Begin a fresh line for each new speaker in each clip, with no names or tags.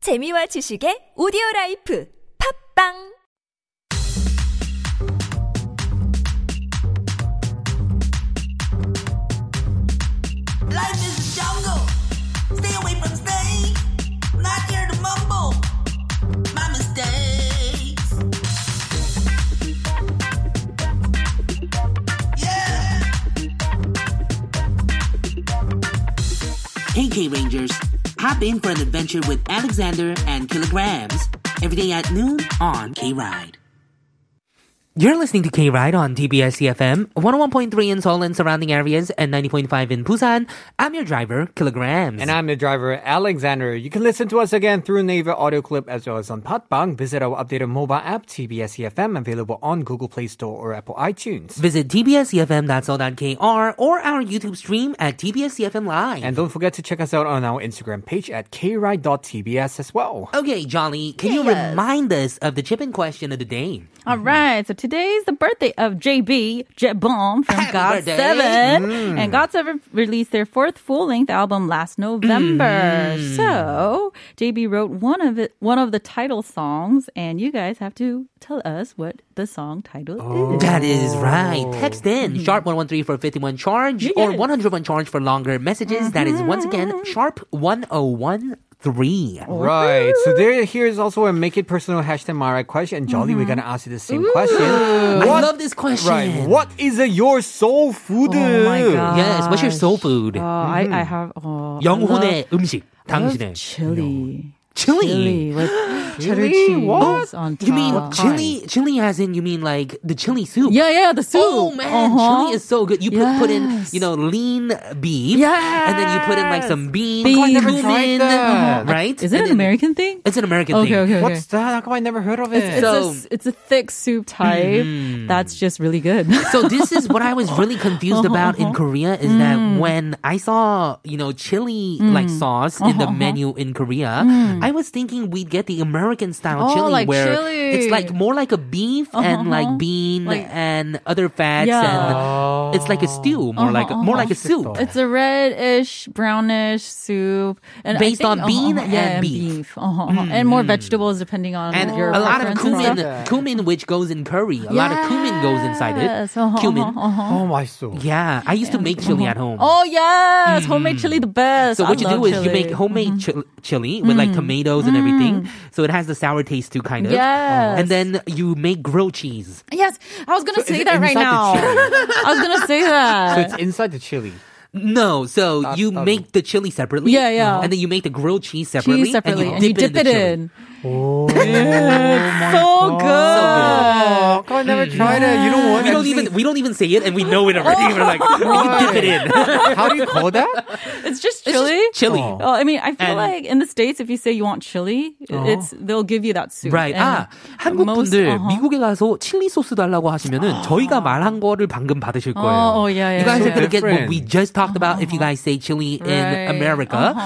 재미와 지식의 오디오 라이프 팝빵
Life is a jungle. Stay away from snakes. Not here to mumble my mistakes. Yeah.
Hey K Rangers, hop in for an adventure with Alexander and Kilograms every day at noon on K Ride. You're listening to K Ride on TBS CFM 101.3 in Seoul and surrounding areas and 90.5 in Busan. I'm your driver, Kilograms.
And I'm the driver, Alexander. You can listen to us again through Naver audio clip as well as on Podbang. Visit our updated mobile app, TBS EFM, E available on Google Play Store or Apple iTunes.
Visit tbscfm.so.kr or our YouTube stream at tbscfm live.
And don't forget to check us out on our Instagram page at kride.tbs as well.
okay, Jolly, can you
Yes.
remind us of the chip in question of the day?
All right, so today's the birthday of JB, Jet Bomb from
Happy
God
birthday. Mm.
7. And God 7 released their fourth full length album last November.
Mm-hmm.
So JB wrote one of it, one of the title songs, and you guys have to tell us what the song title is.
That is right.
Oh.
Text in
Mm-hmm.
sharp 113 for 51 charge or 101 charge for longer messages. That is once
Mm-hmm.
again sharp 1013.
Right. So there, here is also a make it personal hashtag my right question. Jolly, we're
Mm-hmm.
gonna ask you the same question.
I
What-
love this question.
Right. What is uh, your soul food?
Oh my god.
Yes, what's your soul food? Mm-hmm.
Oh, I, I have oh, I
영혼의 음식.
love,
당신의
love chili.
chili.
Chili with
Chili?
cheddar cheese
What?
on top.
You mean chili? Chili as in you mean like the chili soup?
Yeah, yeah, the soup.
Oh man,
Uh-huh.
chili is so good. You put, put in,
Yes.
you know, lean beef, and then you put in like some beans,
Beans. Oh, I never
tried
cumin,
that.
right?
Is it
And
an
then-
American thing?
It's an American
okay,
thing.
okay, okay.
What's that? How come I never heard of it?
It's,
So-
a, s- it's a thick soup type. That's just really good.
Mm-hmm. So this is what I was really confused
Uh-huh,
about in Korea is
Mm.
that when I saw, you know, chili like sauce in
Uh-huh.
the menu in Korea, I was thinking we'd get the American style
Mm. Oh,
chili
like
where
chili. Uh-huh,
it's like more like a beef and like bean
Like-
and other fats
Yeah. Uh-huh,
and it's like a stew, more like more like a soup.
it's a reddish, brownish soup, and I
Based
think-
on bean
uh-huh, yeah,
and
and
beef. Mm-hmm.
Uh-huh, uh-huh. and more vegetables depending on
and
your
a lot of
preference
cumin,
and stuff.
cumin which goes in curry. A lot of cumin goes inside it.
Yes, uh-huh,
Cumin.
uh-huh, uh-huh.
oh my soul.
Yeah, I used to make chili at home.
Oh yes, homemade chili the best.
Mm-hmm. So
I
what you do
love
is you make
chili.
homemade chil- chili with like tomatoes and everything, so it has the sour taste too, kind of.
Yes.
And then you make grilled cheese.
Yes, I was gonna
So is
say
it
that right
inside the
now. I was gonna say that.
So it's inside the chili.
No, so you
um,
make the chili separately.
Yeah, yeah.
And then you make the grilled cheese separately.
cheese separately,
and you dip, it, in the chili.
in. Oh,
Oh, how come I never tried it? You know what?
We don't
I'm
even we don't even say it, and we know it already. We're like, you dip it in.
thinking, How do you call that?
It's just chili.
Chili.
Oh, I mean, I
And-
feel like in the states, if you say you want chili, it's they'll give you that soup.
Right.
And
아, 한국
예. most-
분들
uh-huh.
미국에 가서 칠리 소스 달라고 하시면은 저희가 말한 거를 방금 받으실 거예요.
어, 어, yeah, yeah,
you guys
yeah. Uh-huh.
are gonna get what
Different.
we just talked about if you guys say chili
Right. Uh-huh. Mm.
in America.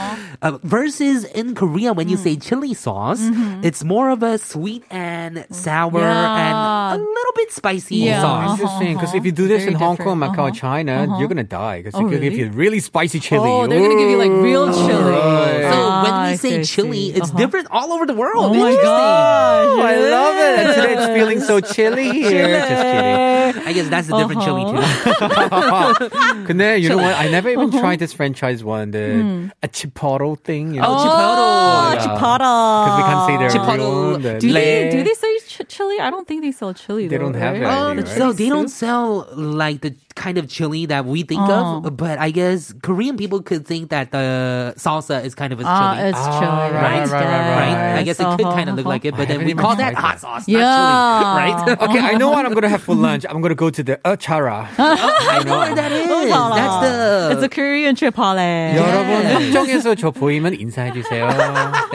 Uh, versus in Korea, when you say chili sauce, it's more of a sweet and sour
Mm-hmm. Yeah.
and a little bit spicy
Yeah. Uh-huh.
sauce.
Interesting, because if you do this
Very
in Hong Kong,
different. Uh-huh.
Macau, China, you're gonna die because
Oh,
they're gonna give you
really?
really spicy chili.
Oh, they're gonna give you like real
Ooh.
chili.
Right.
So when
Ah, I
we say
see, I
chili,
see.
it's
Uh-huh.
different all over the world.
Oh my
Interesting.
Oh,
gosh!
I love it. And today it's feeling so chilly here. Just kidding.
I guess that's a different chili too.
Uh-huh.
근데 you know what? I never even tried this franchise one, the
Hmm.
a chipotle thing. You know?
Oh, Chipotle.
Yeah.
Chipotle.
Because we can't say their
Chipotle.
real name.
Do
Do
Lay.
they, do they say ch- chili? I don't think they sell chili.
They
though,
don't have
right? Oh,
that.
Um,
Right?
so they don't sell like the kind of chili that we think
Oh.
of, but I guess Korean people could think that the salsa is kind of a chili.
Ah, it's
Ah,
chili,
right,
right?
right, right,
Right? I guess
Yes.
it could
Uh-huh,
kind of look
uh-huh.
like it, but
I
then we
haven't
call
even
that hot
tried
sauce, not
Yeah.
chili, right?
Okay, I know what I'm gonna have for lunch. I'm gonna go to the Achara. I know where
that is. That's the.
Uh-huh. It's a Korean chipotle.
여러분 합정에서 저 보이면 인사해 주세요.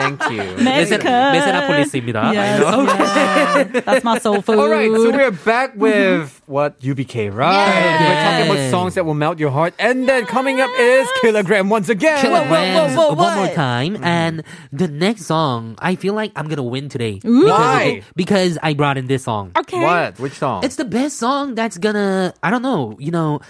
Thank you.
Mexican.
메세라폴리스입니다.
Yes, yeah. That's my soul food.
All right, so we're back with what UBK, right? We're talking about songs that will melt your heart, and then coming up is Kilogram once again.
Kilograms
whoa, whoa,
one more
what?
time,
Mm-hmm.
and the next song, I feel like I'm gonna win today.
Why?
Because I brought in this song.
okay.
What? Which song?
It's the best song that's gonna, I don't know, you know,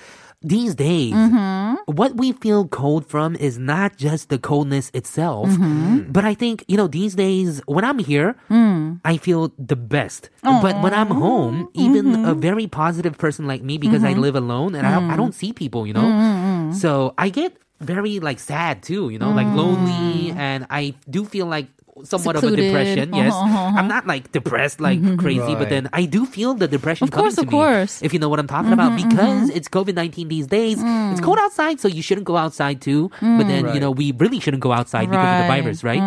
these days,
Mm-hmm.
what we feel cold from is not just the coldness itself,
Mm-hmm.
but I think, you know, these days when I'm here,
Mm.
I feel the best. But when I'm home, even
mm-hmm.
a very positive person like me, because I live alone and I, don't, I
Mm.
don't see people, you know,
Mm-hmm.
so I get very like sad too, you know, like lonely. And I do feel like somewhat of a
Mm. Secluded.
depression. Yes.
Uh-huh, uh-huh.
I'm not like depressed like crazy, but
Right.
then I do feel the depression
Mm-hmm. Of course,
coming
of
to me,
course. Mm-hmm,
If you know what I'm talking about, because it's COVID 19 these days, it's
Mm.
cold outside, so you shouldn't go outside too. But then, you
Right.
know, we really shouldn't go outside because of the
Right. Mm-hmm.
virus, right?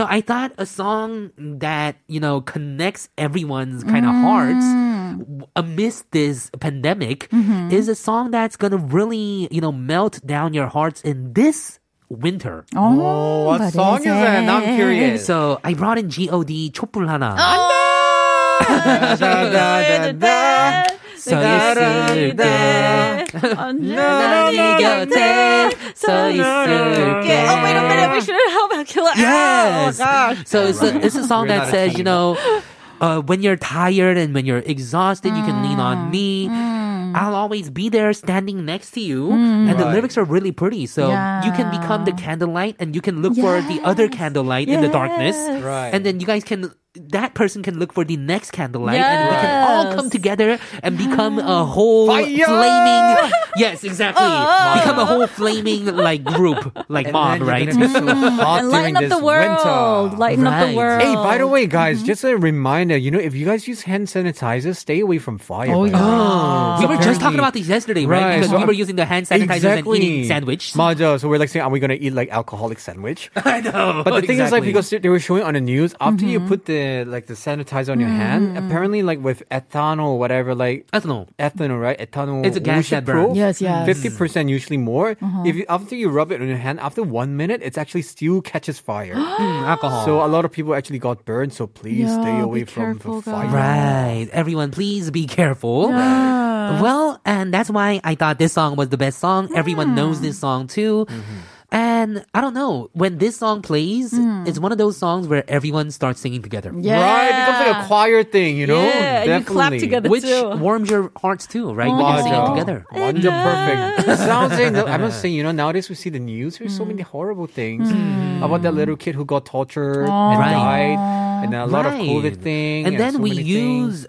So I thought a song that, you know, connects everyone's kind of hearts
Mm.
w- amidst this pandemic
Mm-hmm.
is a song that's going to really, you know, melt down your hearts in this winter.
Oh, what song is it? I'm curious.
So I brought in G.O.D. 촛불 하나.
Oh,
Da, da, da, da, da.
서 있을 때
언제나 네 곁에 서 있을게. Oh, wait a minute. We should help Akila out.
Yes.
Oh, gosh.
So it's a, it's a song that
We're not a
says, you
team.
know, uh, when you're tired and when you're exhausted, you
Mm.
can lean on me. I'll always be there standing next to you. And the
Right.
lyrics are really pretty. So you can
Mm. Yeah.
become the candlelight and you can look for the other candlelight in the darkness.
Yes.
Right.
And then you guys can, that person can look for the next candlelight and we can all come
Yes.
together and become a whole
Fire!
flaming. Yes, exactly.
Oh.
Become a whole flaming like group, like
And
mob,
then you're
right?
gonna be so hot
And
during
lighten up
this
the world.
winter.
Lighten up the
Right.
world. Mm-hmm.
Hey, by the way, guys, just a reminder. You know, if you guys use hand sanitizer, stay away from fire.
Oh,
by the
yeah.
way.
We were just talking about this yesterday, right?
Right,
Because
so
we
I'm-
were using the hand sanitizers and eating sandwich.
맞아. So we're like saying, are we gonna eat like alcoholic sandwich?
I know.
But the thing is, like,
exactly.
because they were showing on the news, after you put the like the sanitizer on your hand, apparently, like with ethanol, or whatever, like
ethanol.
ethanol, right? Ethanol.
Uh, It's a gas that burns.
Yes, yes.
Fifty percent, usually more. If you, after you rub it on your hand, after one minute, it actually still catches fire.
Mm, alcohol.
so a lot of people actually got burned. So please stay
Yeah,
away
be
from
careful,
the fire.
guys.
Right. Everyone, please be careful. Well, and that's why I thought this song was the best song. Everyone knows this song too.
Mm-hmm.
And I don't know, when this song plays, it's one of those songs where everyone starts singing together.
Hmm. yeah.
Right, it becomes like a choir thing, you know.
Yeah, and you clap
Definitely.
together.
Which
too. Oh,
warms your hearts too, right? When you're
Wow.
singing together.
Wonder perfect. Sounds like the- I'm not saying, you know, nowadays we see the news, there's so
Mm.
many horrible things about that little kid who got tortured and
Right.
died, and a lot of
Right.
COVID thing.
And then
so
we
many things.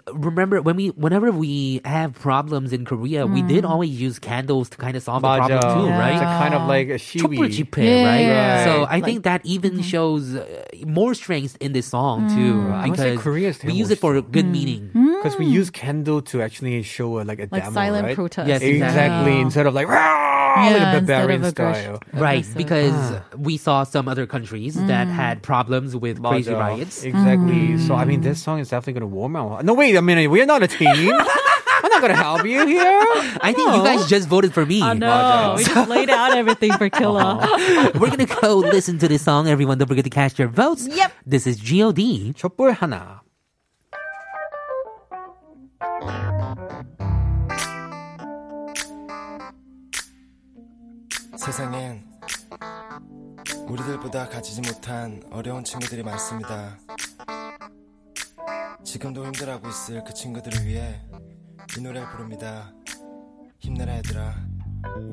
use remember when we whenever we have problems in Korea, we did
Mm.
always use candles to kind of solve the problem
Baja.
too,
It's a
right?
kind of like a
촛불
shiwi.
집회, right? So
Yeah.
I
Right. mm-hmm.
think that even shows uh, more strength in this song too,
Mm.
I would say
because
Korea's
we use it for
Taewoo
good meaning.
Mm-hmm.
Because we
Mm.
use candle to actually show uh, like a
Like
demo,
silent
right?
protest.
Yes,
Exactly. Instead of like, "Rah!" like a
Yeah, instead of
barbarian
aggression.
style.
Right, because
Ah.
we saw some other countries that
Mm.
had problems with crazy
Baja.
riots. Mm.
Exactly. So I mean, this song is definitely going to warm our. heart. No, wait. I mean, we're not a team. I'm not going to help you here.
I think you guys just voted for me.
I know. We just laid out everything for Killa.
We're gonna go listen to this song, everyone. Don't forget to cast your votes.
Yep.
This is God.
촛불 하나.
세상엔 우리들보다 가지지 못한 어려운 친구들이 많습니다. 지금도 힘들어하고 있을 그 친구들을 위해 이 노래를 부릅니다. 힘내라 얘들아.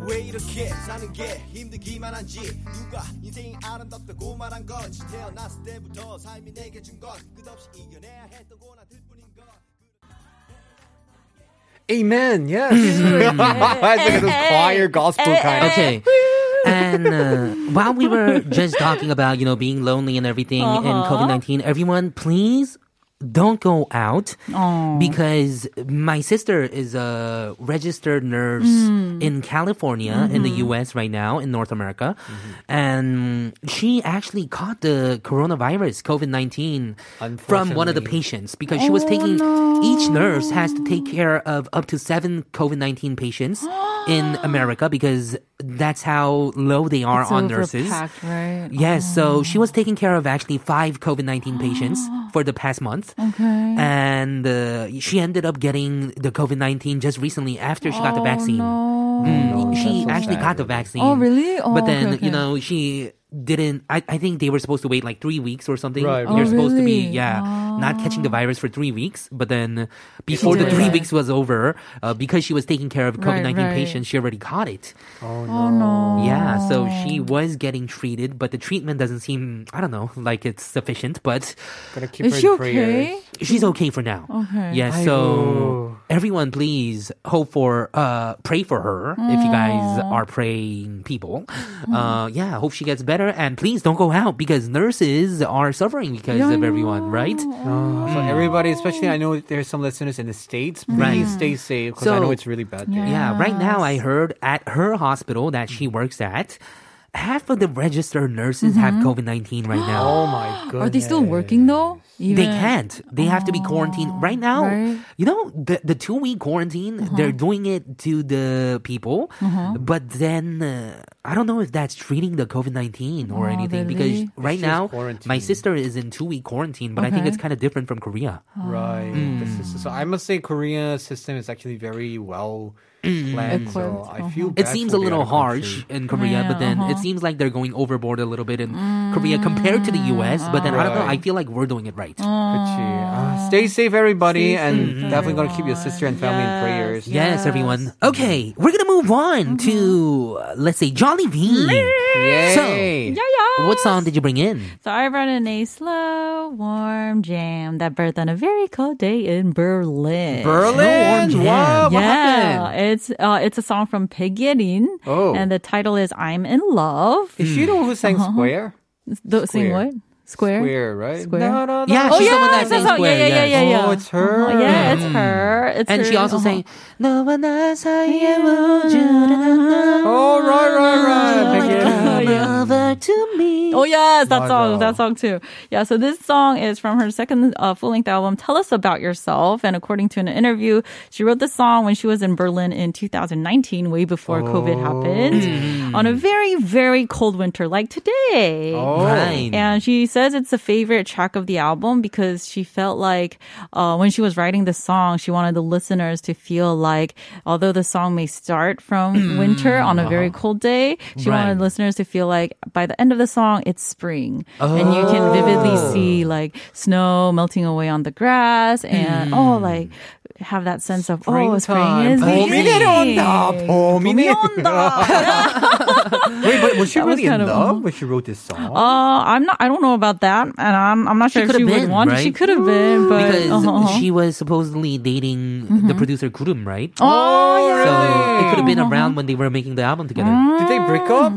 왜 이렇게 사는 게 힘들기만 한지 누가 인생이 아름답다고 말한 건지 태어났을 때부터 삶이 내게 준 건 끝없이 이겨내야 했던 고난들 뿐인 것
Amen. Yes. it's like this choir gospel kind of.
Okay. and uh, while we were just talking about, you know, being lonely and everything and COVID 19, everyone, please don't go out because my sister is a registered nurse in California, in the US right now, in North America. And she actually caught the coronavirus, COVID 19, from one of the
Unfortunately.
patients because she was taking each nurse has to take care of up to seven COVID 19 patients in America because that's how low they are on nurses.
right?
Yes, so she was taking care of actually five COVID 19 patients for the past month.
Okay.
And uh, she ended up getting the COVID 19 just recently after she got the vaccine. Mm, she
Oh, so
actually
sad,
got the vaccine.
Oh, really? Oh,
but then,
okay, okay.
you know, she didn't I, I think they were supposed to wait like three weeks or something
Right,
you're
right. Oh,
supposed to be
really? Ah.
yeah not catching the virus for three weeks but then before the
did
three
it.
weeks was over uh, because she was taking care of
Right,
covid-19
right.
patients she already caught it
Oh no.
yeah so she was getting treated but the treatment doesn't seem i don't know like it's sufficient but
Gotta keep
Is
her
she
in
okay?
prayers.
she's okay for now
Okay.
yeah so everyone please hope for uh pray for her if you guys
Mm.
are praying people uh yeah hope she gets better and please don't go out because nurses are suffering because
Yeah, I
of everyone right
Oh, so everybody, especially I know there's some listeners in the states. Please
Mm-hmm.
Right.
stay safe because I
So-
know it's really bad. there.
yeah right now i heard at her hospital that she
Mm-hmm.
works at half of the registered nurses have covid-19 right now
Mm-hmm. Oh my goodness.
Are they still working though? Even
They can't. They have to be
Oh,
quarantined right now.
right.
You know the the two week quarantine.
Uh-huh.
They're doing it to the people,
Mm-hmm.
but then uh, I don't know if that's treating the COVID nineteen or
Oh,
anything because
really?
right
It's just
now my
quarantine.
sister is in two week quarantine, but I think it's
Okay.
kind of different from Korea.
Right. This is- so I must say, Korea system is actually very well planned. So
Mm. Equipped, Uh-huh.
I feel
It
bad
seems a
for the
little
other
harsh
country.
in Korea,
Yeah,
but then it
uh-huh.
seems like they're going overboard a little bit in Korea compared to the U.S. But then I don't know. I
Right.
feel like we're doing it right.
그치.
Oh,
Ah, stay safe, everybody,
Stay
and
safe,
definitely gonna keep your sister and family in
Yes.
prayers.
Yes,
Yes. Mm-hmm.
everyone. Okay, we're gonna move on to uh, let's say Jolly
Yay.
Yeah, yeah.
What song did you bring in?
So I brought in a slow, warm jam that birthed on a very cold day in Berlin.
Berlin.
Snow on
Wow,
hand.
what
Yeah,
happened?
it's uh, it's a song from Pegyerin,
Oh.
and the title is "I'm in Love." Hmm.
Is she the one who sang
Uh-huh.
Square?
The, sing
Square.
what? Square.
Square, right?
Square.
No, no, no.
Yeah,
Oh
She's
yeah,
the one that
it's a
sings
song.
Square,
yeah, yeah, yeah,
yes.
yeah, yeah.
Oh, it's her.
Uh-huh. Yeah, it's her. It's
And
her.
she also
uh-huh.
sang No one else I ever would
Oh, right, right, right. Thank you.
come over to me.
Oh yes, that
Wow.
song, that song too. Yeah, so this song is from her second uh, full-length album, "Tell Us About Yourself." And according to an interview, she wrote this song when she was in Berlin in 2019, way before COVID happened, on a very, very cold winter like today.
Oh.
Right.
And she says it's a favorite track of the album because she felt like uh, when she was writing the song, she wanted the listeners to feel like, although the song may start from winter on a very cold day, she
Mm. Uh-huh. Right.
wanted listeners to feel like by the end of the song, it's spring. And you can vividly
Oh.
see like snow melting away on the grass
Hmm.
and, oh, like have that sense of, oh, spring
Springtime.
is
봄이 내려온다.
beginning.
봄이 내려온다. Wait, but was she
was
really in
kind of- uh-huh.
love when she wrote this song?
Uh, I'm not. I don't know about that, and I'm. I'm not sure if
could've
she
been,
would want.
right?
She could have been, but
because
uh-huh.
she was supposedly dating the producer Kurum, right?
Oh,
so
yeah.
it could have been around when they were making the album together.
Did they break up?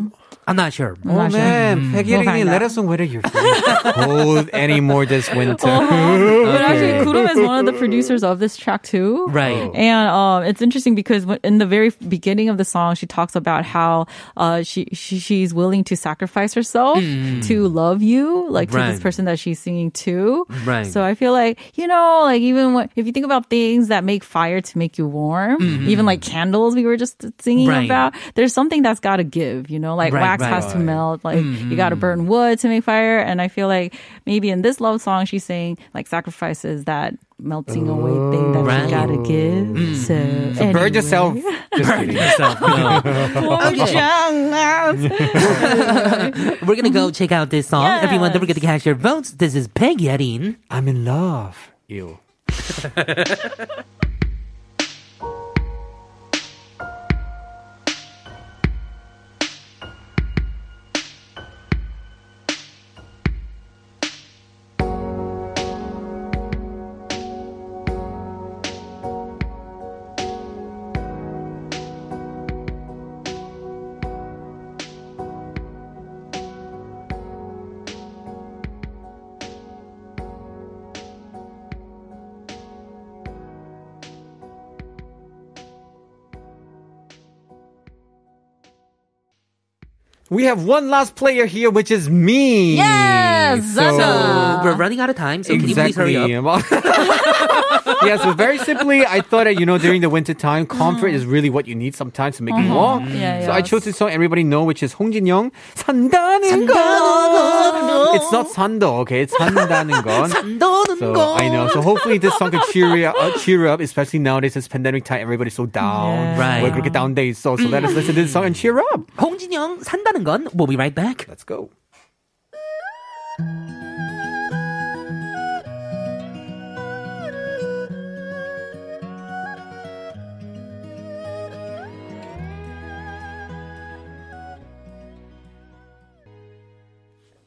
I'm not sure.
Oh
sure.
man, Peggy,
find
let us know whether you're feeling cold anymore this winter.
But actually, Kurum is one of the producers of this track too.
Right.
And um, it's interesting because when- in the very beginning of the song, she talks about how uh, she, she she's willing to sacrifice herself to love you, like to
Mm. Right.
this person that she's singing to.
Right.
So I feel like you know, like even when, if you think about things that make fire to make you warm, even like candles we were just singing
Mm-hmm. Right.
about, there's something that's got to give. You know, like
Right,
wax
right. Mm-hmm.
has to melt. Like you got to burn wood to make fire. And I feel like maybe in this love song, she's saying like sacrifices that melting away thing that
Right.
you gotta give. So, anyway.
Bird yourself. Just kidding.
Yourself, no. "Oh,
uh,
We're gonna go check out this song. Everyone, don't forget to catch your votes. This is Peg Yadin.
I'm in love. You. We have one last player here, which is me.
Yes,
So,
Zaza.
We're running out of time, so can
exactly.
you please hurry up?
yeah, so very simply, I thought that, you know, during the winter time, comfort is really what you need sometimes to make it warm.
Mm-hmm. Yeah,
so I
yes.
chose this song everybody know, which is Hong Jin Young. 산다는
거.
건. It's not 산다, okay? It's 산다는 건. So I know. So hopefully this song can cheer you uh, cheer up, especially nowadays. It's pandemic time. Everybody's so down.
Yeah.
Right.
왜 그렇게 down 돼 있어? So let us listen to this song and cheer up.
홍진영 산다는 건. We'll be right back.
Let's go.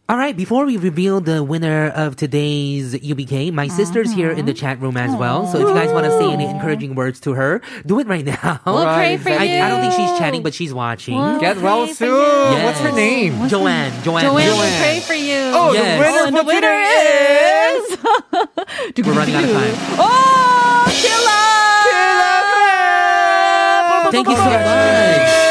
All right, before we reveal the winner of today's UBK, my sister's here in the chat room as well. So if you guys want to say any encouraging words to her, do it right now.
We'll pray
Right,
for
exactly.
you.
I, I don't think she's chatting, but she's watching.
Well,
Get
pray
well
for
soon.
you.
What's her
Yes.
name?
What's
Joanne,
her name?
Joanne,
Joanne, we
Joanne.
pray for you.
Oh,
Yes.
the winner
and
for
the winner
today
is.
We're running out of time.
Oh, Killa!
Thank you so much.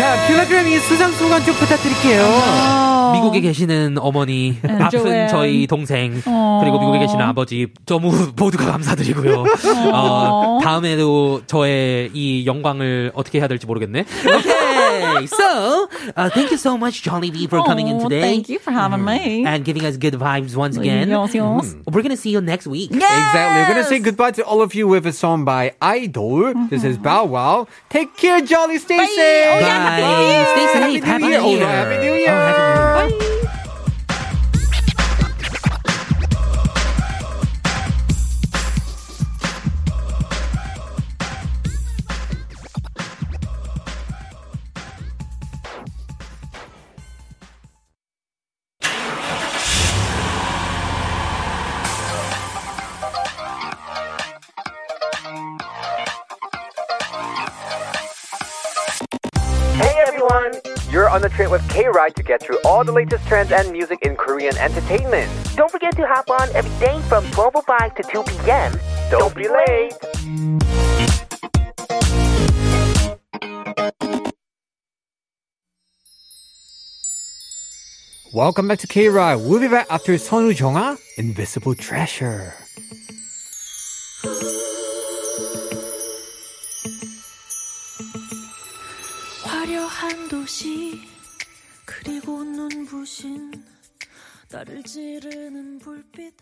자, 킬로그램이 수상소감 좀 부탁드릴게요.
Uh-huh.
Oh.
미국에 계시는 어머니,
조앤.
아픈 저희 동생,
Oh.
그리고 미국에 계시는 아버지, 너무 모두가 감사드리고요.
Oh.
어, 다음에도 저의 이 영광을 어떻게 해야 될지 모르겠네. Okay, so uh, thank you so much, Johnny B, for coming in
Oh,
today. Mm-hmm.
Thank you for having me.
and giving us good vibes once again. Mm.
안녕하세요.
We're gonna see you next week.
Exactly. We're gonna say goodbye to all of you with a song by Idol. This is Bow Wow. Take care, Jolly. Stay safe.
Mm-hmm. Bye. Oh, Stay safe.
Happy New Year. Oh, no, Happy New Year.
Oh, Happy New Year.
Hey everyone! You're on the train with K Ride to get through all the latest trends and music in Korean entertainment.
Don't forget to hop on every day from 12.05 to 2 p.m.
Don't, be late!
Welcome back to K Ride. We'll be back after Sonu Jonga, Invisible Treasure.
화려한 도시 그리고 눈부신 나를 찌르는 불빛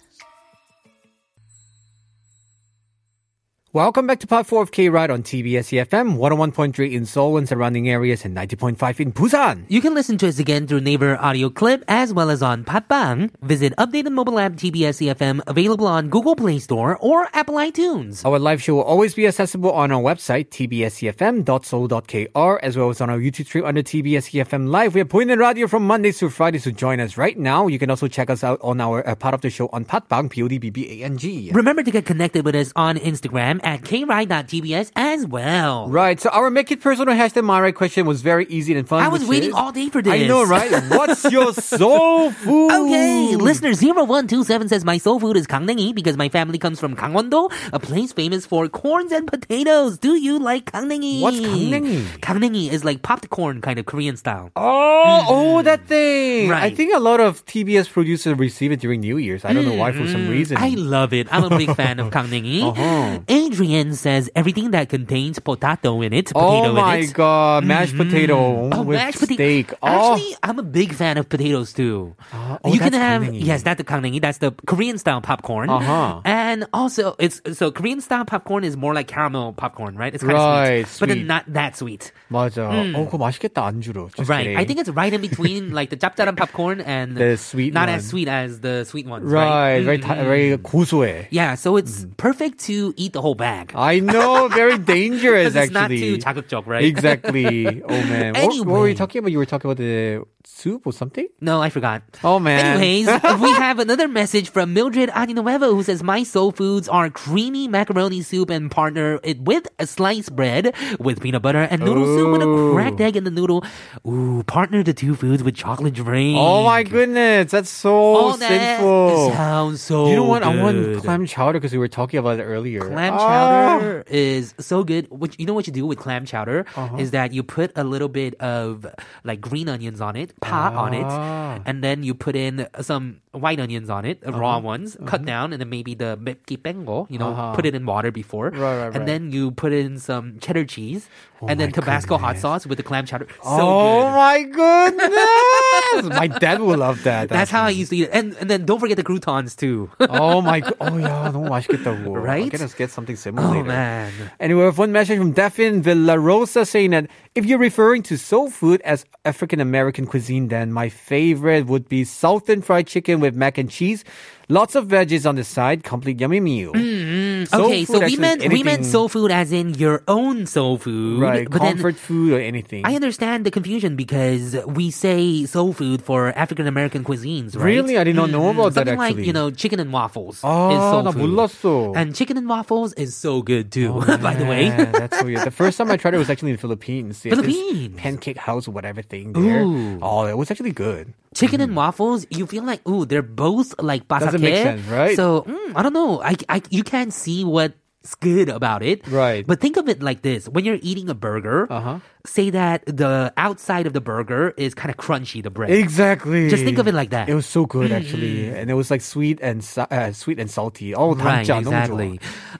Welcome back to Part 4 of K Ride on TBS EFM, 101.3 in Seoul and surrounding areas, and 90.5 in Busan.
You can listen to us again through Naver Audio Clip as well as on Patbang. Visit updated mobile app TBS EFM E available on Google Play Store or Apple iTunes.
Our live show will always be accessible on our website, E tbscfm.soul.kr, as well as on our YouTube stream under tbscfm E live. We are pointing radio from Mondays to Fridays, so join us right now. You can also check us out on our uh, part of the show on Patbang, P-O-D-B-B-A-N-G.
Remember to get connected with us on Instagram at kride.tbs as well.
Right, so our make it personal hashtag my right question was very easy and fun.
I was
which
waiting
is-
all day for this.
I know, right? What's your soul food?
Okay, listener 0127 says my soul food is 강냉이 because my family comes from Gangwon-do, a place famous for corns and potatoes. Do you like 강냉이?
What's 강냉이?
강냉이 is like popped corn kind of Korean style.
Oh, oh, that thing.
Mm-hmm.
I
Right.
think a lot of TBS producers receive it during New Year's. I don't know why, for some reason.
Mm-hmm. I love it. I'm a big fan of 강냉이.
Uh-huh.
Adrian says everything that contains potato in it, potato
Oh
in
my
it.
god, mashed potato
Oh,
with
mashed pota-
steak. Oh,
Actually, I'm a big fan of potatoes too.
oh,
you can
that's
have
강냉이.
yes, not the kangnengi. That's the Korean style popcorn.
Uh-huh.
And also, it's so Korean style popcorn is more like caramel popcorn, right? It's kind
Right,
of sweet, but then
sweet.
not that sweet.
맞아. 어, 그거 맛있겠다 안주로.
mm.
Just
right.
kidding.
I think it's right in between, like the japjaran popcorn and
The sweet
not
one.
as sweet as the sweet ones.
right, Mm.
Right. Mm. Mm-hmm.
very, ta- very 고소해.
Yeah. So it's perfect to eat the whole bag.
I know, very dangerous
'Cause it's not too
actually.
자극적, right?
Exactly. Oh man. What- What, were
Anyway.
you talking about? You were talking about the soup or something?
No, I forgot.
Oh, man.
Anyways, we have another message from Mildred Aninueva who says, My soul foods are creamy macaroni soup and partner it with a sliced bread with peanut butter and noodle soup with a cracked egg in the noodle. Ooh, partner the two foods with chocolate drink.
Oh my goodness, that's so
All that
sinful.
sounds so
you know what? I
good.
want clam chowder because we were talking about it earlier.
Clam
Ah.
chowder is so good. What you know what you do with clam chowder
Uh-huh.
is that you put a little bit of like green onions on it, pa on
Ah.
it, and then you put in some white onions on it, uh, raw
Uh-huh.
ones, cut down, and then maybe the mepki pengo, you know, put it in water before,
Right, right,
and
right. Oh
then you put in some cheddar cheese, and then
my
Tabasco hot
goodness.
sauce with the clam chowder. So
oh
good.
my goodness! my dad will love that.
That's how I used to eat it, and and then don't forget the croutons too.
oh my. g- Oh yeah, 너무 맛있겠다고.
Right?
I'm gonna get something similar
oh
later.
man.
And we have one message from Daphne Villarosa saying that if you're referring to soul food as African American cuisine, then my favorite would be Southern fried chicken with mac and cheese, lots of veggies on the side, complete yummy meal. Soul
Mm-hmm. okay, so
food
we
actually
meant
is
we meant
anything-
soul food as in your own soul food,
right?
But then
Comfort food or anything.
I understand the confusion because we say soul food for African American cuisines, right?
Really? I did not know about that,
Something like
actually. Ah,
you know chicken and waffles is
아,
soul
나
food.
몰랐어.
And chicken and waffles is so good too, by the way.
Yeah, that's so weird. The first time I tried it was actually in the Philippines. Yeah, this
Philippines.
pancake house or whatever thing there.
Ooh.
Oh, it was actually good.
Chicken and waffles, you feel like ooh, they're both like basake.
Mm-hmm. Doesn't make sense, right?
So mm, I don't know. I, I you can't see what's good about it,
Right.
But think of it like this: when you're eating a burger,
Uh-huh.
say that the outside of the burger is kind of crunchy, the bread.
Exactly.
Just think of it like that. Mm-hmm.
It was so good actually, and it was like sweet and sa- uh, sweet and salty. Oh,
Right,
단짠, 너무 좋아.
exactly.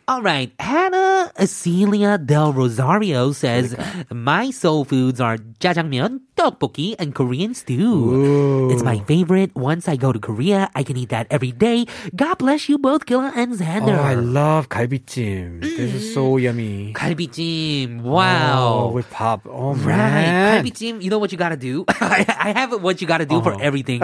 All right. Hannah Celia Del Rosario says, My soul foods are jjajangmyeon, tteokbokki, and Korean stew. It's my favorite. Once I go to Korea, I can eat that every day. God bless you both, Gila and
Oh, I
Xander.
love 갈비찜. This is so yummy.
갈비찜.
Oh,
Mm-hmm. Wow.
with pop. Oh
Right,
man.
갈비찜. You know what you gotta do. I I have what you gotta do for
Uh-huh.
everything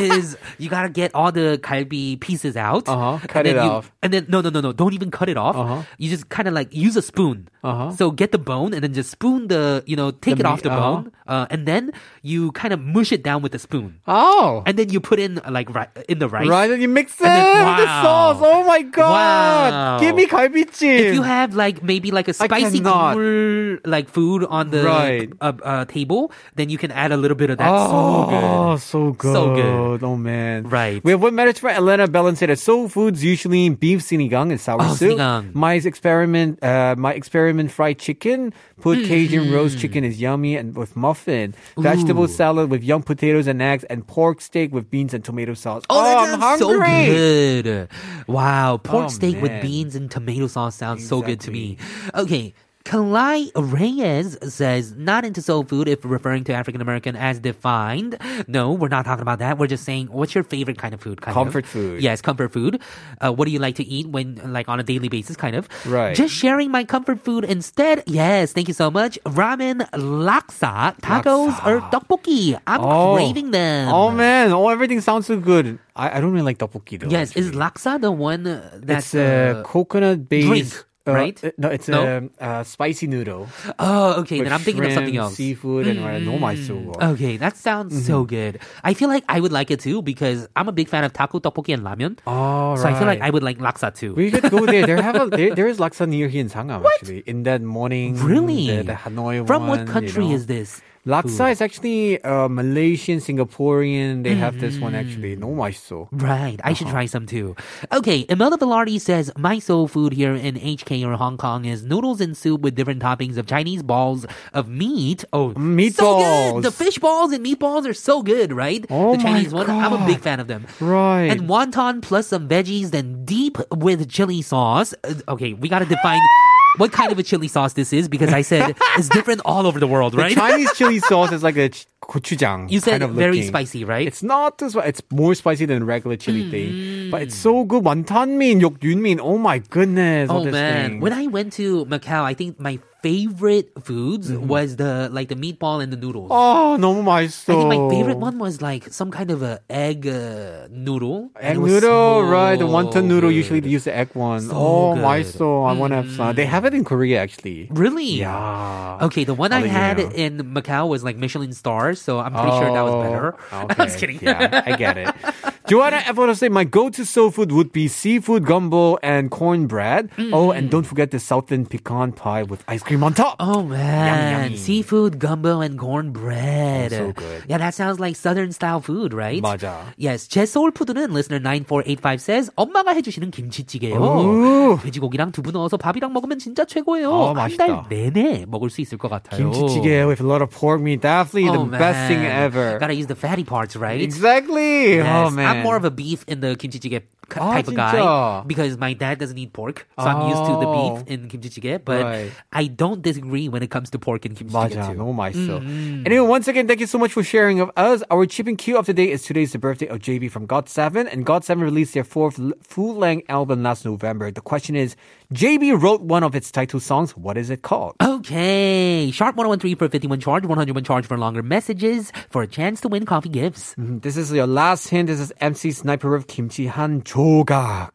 is you gotta get all the kalbi pieces out.
Uh-huh.
and
Cut
then
it
you-
off.
And then no, no, no, no. Don't even cut it off.
Uh-huh.
You just kind of like use a spoon.
Uh-huh.
So get the bone and then just spoon the you know take
The
it off
meat,
the
uh-huh.
bone. Uh, and then you kind of mush it down with the spoon.
Oh.
And then you put in uh, like ri- in the rice.
Right, and you mix it
And then-
with the
wow.
sauce. Oh my god!
Wow.
Give me 갈비찜.
If you have like maybe like a
I
spicy
cannot.
국물, like food on the
Right.
uh, uh, table, then you can add a little bit of that. So good.
Oh, so good.
So good.
Oh, man.
Right.
We have one message from Elena Bellin said that soul foods usually beef sinigang and sour
Oh,
soup.
sinigang.
My experiment, uh, my experiment fried chicken, put
Mm-hmm.
Cajun roast chicken is yummy and with muffin. Vegetable salad with young potatoes and eggs and pork steak with beans and tomato sauce.
Oh, that
I'm
sounds
hungry.
so good. Wow, pork
Oh,
steak with
man.
beans and tomato sauce sounds so good to me. Okay. Kalai Reyes says, not into soul food if referring to African American as defined. No, we're not talking about that. We're just saying, what's your favorite kind of food? Kind of.
Comfort food.
Yes, comfort food. Uh, what do you like to eat when, like, on a daily basis, kind of?
Right.
Just sharing my comfort food instead. Yes, thank you so much. Ramen, laksa, tacos, or tteokbokki. I'm
Oh.
craving them.
Oh, man. Oh, everything sounds so good. I, I don't really like tteokbokki, though.
Yes, is
actually.
laksa the one uh, that's
It's
uh,
a coconut based.
drink, right?
no, it's
No?
a uh, spicy noodle.
oh okay
with
then I'm thinking of something
uh, shrimp,
else.
Seafood Mm-hmm. and right. No, my soul.
Okay, that sounds so good. I feel like I would like it too because I'm a big fan of taco, tteokbokki, and ramen.
All
so I feel like
right.
I would like laksa too.
We could go there. There have a there, there is laksa near here in Sangam actually. In that morning,
really?
the, the Hanoi
From
one,
what country
you know.
is this?
Laksa is actually uh, Malaysian, Singaporean. They have this
Mm-hmm.
one actually. No, my soul.
Right, I should
Uh-huh.
try some too. Okay, Imelda Velarde says my soul food here in HK or Hong Kong is noodles and soup with different toppings of Chinese balls of meat. Oh, so good!
meatballs.
The fish balls and meatballs are so good, right?
Oh
the
my
Chinese one, I'm a big
God.
fan of them.
Right.
and wonton plus some veggies, then deep with chili sauce. Uh, Okay, we gotta define. What kind of a chili sauce this is? Because I said it's different all over the world, right?
Chinese chili sauce is like a ch- gochujang.
you said
kind of
very
looking.
spicy, right?
It's not this. It's more spicy than regular chili
Mm-hmm.
thing, but it's so good. Wonton mein, yokjun mein. Oh my goodness! all
Oh
this
man,
thing.
when I went to Macau, I think my favorite foods was the like the meatball and the noodles.
Mm-hmm. oh, 너무
I
맛있어.
think my favorite one was like some kind of a egg uh, noodle. and
Egg
it was
noodle,
so
right? The wonton noodle usually they
good.
use the egg one.
So
oh,
good. Mm.
my soul! I want to have some. They have it in Korea actually.
Really?
Yeah.
Okay, the one I
Oh,
had
yeah.
in Macau was like Michelin stars, so I'm pretty sure that was better.
Oh,
I was kidding.
yeah, I get it. Joanna Evora said, My go to soul food would be seafood gumbo and cornbread. Oh, and don't forget the southern pecan pie with ice cream on top.
Mm. Oh man,
yummy.
seafood gumbo and cornbread.
Oh, so good.
Yeah, that sounds like southern style food, right?
맞아.
Yes, 제 소울푸드는 listener 9485 says 엄마가 해주시는 김치찌개요.
오.
돼지고기랑 두부 넣어서 밥이랑 먹으면 진짜 최고예요.
아,
한
맛있다.
달 내내 먹을 수 있을 것 같아요.
Kimchi with a lot of pork meat. Definitely
Oh,
the best thing
man.
ever.
Gotta use the fatty parts, right?
Exactly.
Yes,
Oh, man.
I'm more of a beef in the kimchi jjigae k-
Ah,
type of guy
진짜?
because my dad doesn't eat pork, so I'm used to the beef
Oh.
in kimchi jjigae. But
Right.
I don't disagree when it comes to pork and kimchi
맞아,
jjigae too.
너무 맛있어. Anyway, once again, thank you so much for sharing of us. Our chip and cue of the day is today's the birthday of JB from God7, and God7 released their fourth l- full-length album last November. The question is, JB wrote one of its title songs. What is it called?
Okay, sharp 1013 for 51 charge, 101 charge for longer messages for a chance to win coffee gifts.
This is your last hint. This is MC Sniper of Kimchi Han Jogak.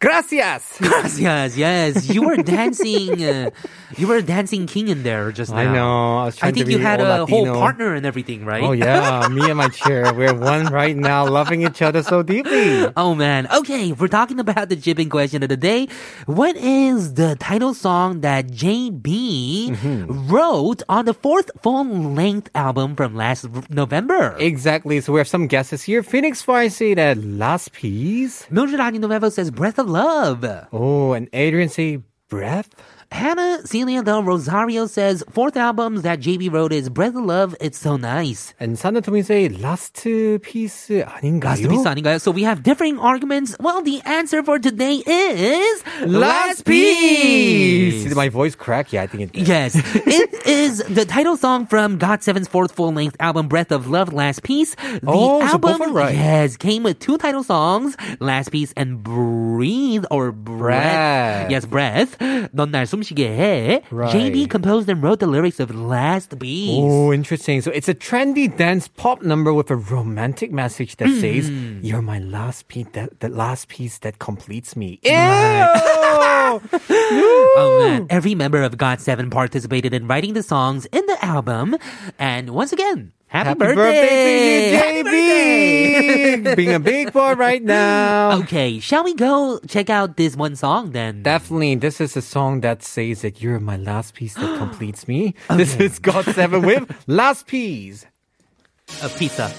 Gracias.
Yes, yes. You were dancing. Uh, you were a dancing king in there just now.
I know. I was
I
trying to
think
be
you had
all
a whole
Latino.
partner and everything, right?
Oh yeah, me and my chair, we're one right now, loving each other so deeply.
Oh man. Okay, we're talking about the jibbing question of the day. What is the title song that JB
Mm-hmm.
wrote on the fourth full length album from last r- November?
Exactly. So we have some guesses here. Phoenix Fire say that last piece.
Mildred Ani Nuevo says Breath of Love.
Oh, and Adrian say breath.
Hannah Celia Del Rosario says fourth album that JB wrote is Breath of Love. It's so nice.
And Sanatomi say last piece 아닌가요?
Last piece 아닌가요? So we have differing arguments. Well, the answer for today is
Last piece. Did my voice crack? Yeah, I think it did.
Yes, it is the title song from God Seven's fourth full-length album "Breath of Love." Last piece. The
Oh, so both
album
are right.
yes came with two title songs: "Last Piece" and "Breathe" or "Breath."
Breath.
Yes, "Breath." 넌날 숨쉬게 해.
Right.
JB composed and wrote the lyrics of "Last Piece."
Oh, interesting. So it's a trendy dance pop number with a romantic message that says, "You're my last piece, that, the last piece that completes me." Ew!
Oh man! Every member of God Seven participated in writing the songs in the album, and once again, happy,
Happy birthday,
Happy birthday!
to you, JB! Being a big boy right now.
Okay, shall we go check out this one song then?
Definitely, this is a song that says that you're my last piece that completes me. This is God Seven with Last Piece.
a pizza.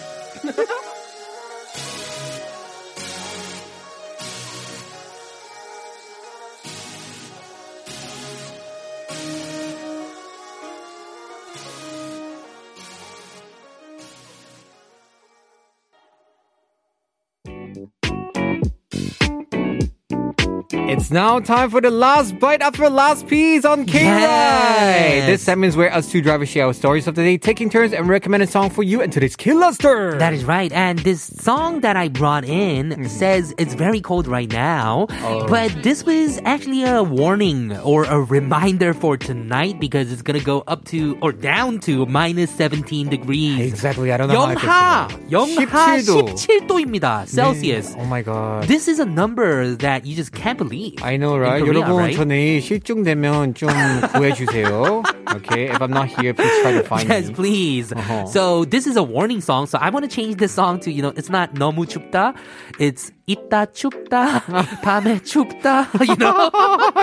It's now time for the last bite after last piece on K Ride.
Yes.
This segment is where us two drivers share our stories of the day, taking turns and recommend a song for you. And today's Killer's turn.
That is right. And this song that I brought in says it's very cold right now. But this was actually a warning or a reminder for tonight because it's going to go up to or down to minus 17 degrees.
exactly. I don't know how I
영하,
could say
영하
that. 17도.
17도입니다. Celsius.
Oh my god.
This is a number that you just can't believe.
I know,
in
right?
Korea,
여러분,
right?
저 내일 실종되면 좀 구해주세요. Okay, if I'm not here, please try to find
Yes,
me.
please.
Uh-huh.
So this is a warning song. So I want to change this song to you know it's not 너무 춥다, it's 이따 춥다, 밤에 춥다. You know.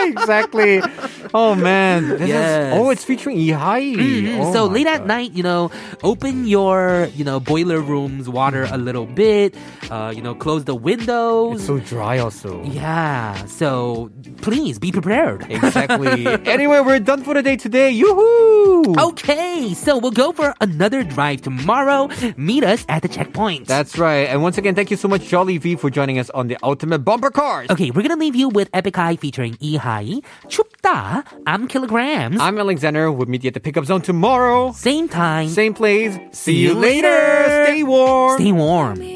exactly. Oh man, this
Yes. Mm-hmm.
is. Oh, it's featuring Ihai. Oh
so
my
late at
God.
night, you know, open your you know boiler room's water a little bit. Uh, you know, close the windows.
It's so dry, also.
yeah. So please be prepared.
Exactly. anyway, we're done for the day today. Yoo-hoo!
Oh. Okay, so we'll go for another drive tomorrow. Meet us at the checkpoint.
That's right. And once again, thank you so much, Jolly V, for joining us on the Ultimate Bumper Cars.
Okay, we're gonna leave you with Epic High featuring E High, Chupta, I'm Kilograms.
I'm Alexander. We'll meet you at the pickup zone tomorrow.
Same time,
Same place. See,
you
you later.
later.
Stay warm.
stay warm.